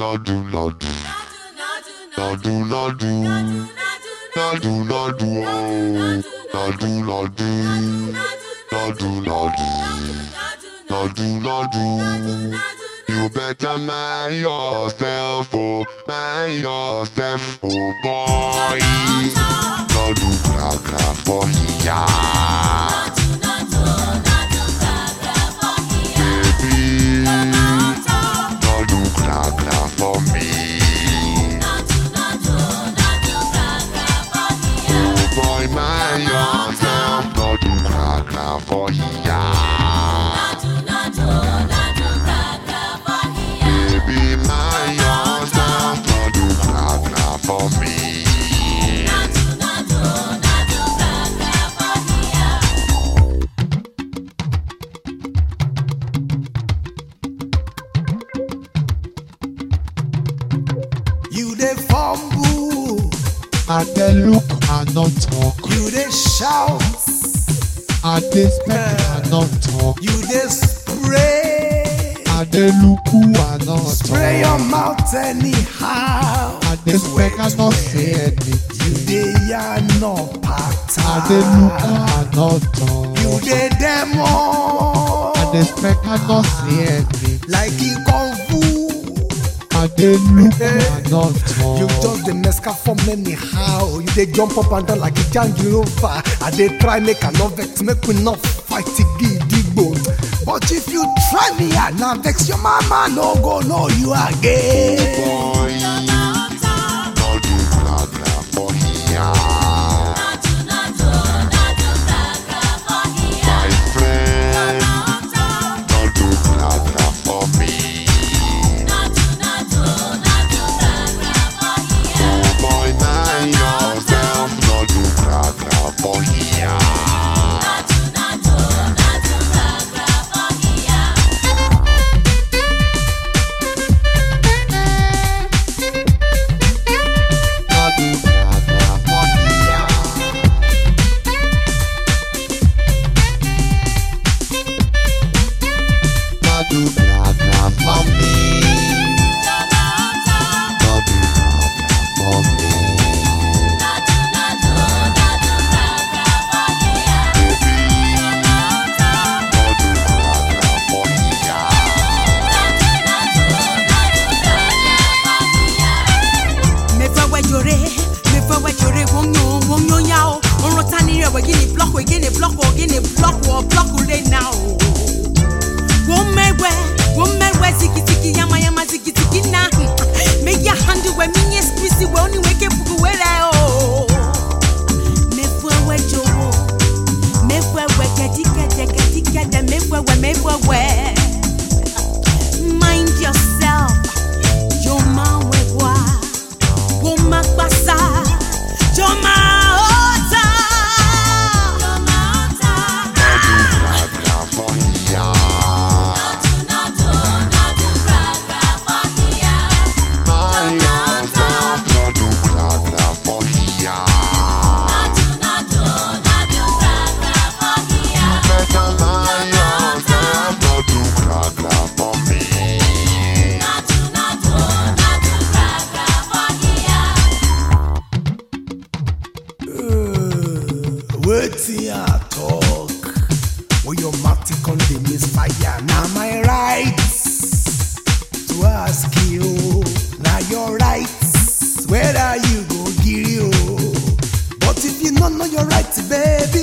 la do la do la do la do la do la do oh. la do la do la do la do la do la do you better mind yourself oh mind yourself oh boy la do la la for ya baby la do la la for me boy mind yourself la do la la for ya Baby, my yours now for you, now, now for me. You dey fumble, I dey look and not talk. you dey shout, I dey speak and not talk. you dey spray. I dey look and not Spray talk. your mouth anyhow. I dey speak and not say anything. You dey yarn no I dey look pattern. and not You talk. dey I dey demo speak and not say anything. like e kung fu. I dey look and not You talk. just dey mess form anyhow. You dey jump up and down like a jangirova. I dey try make I no vex, make we no fight gidigbo. But if you try me, I na vex your mama no go know you again. Boy, don't do that now for here. My friend, don't do that now for me. Boy, mind yourself, don't do that now for here. Yeah.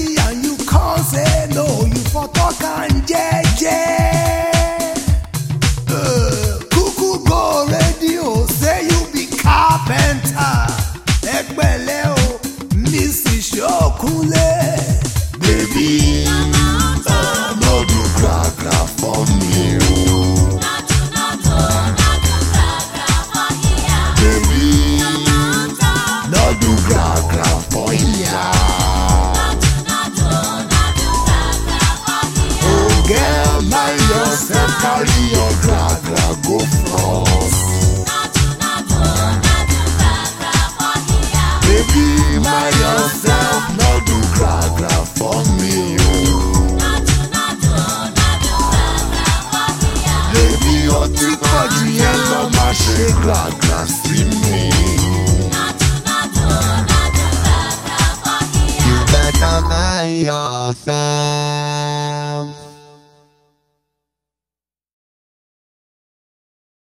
oh. by yourself.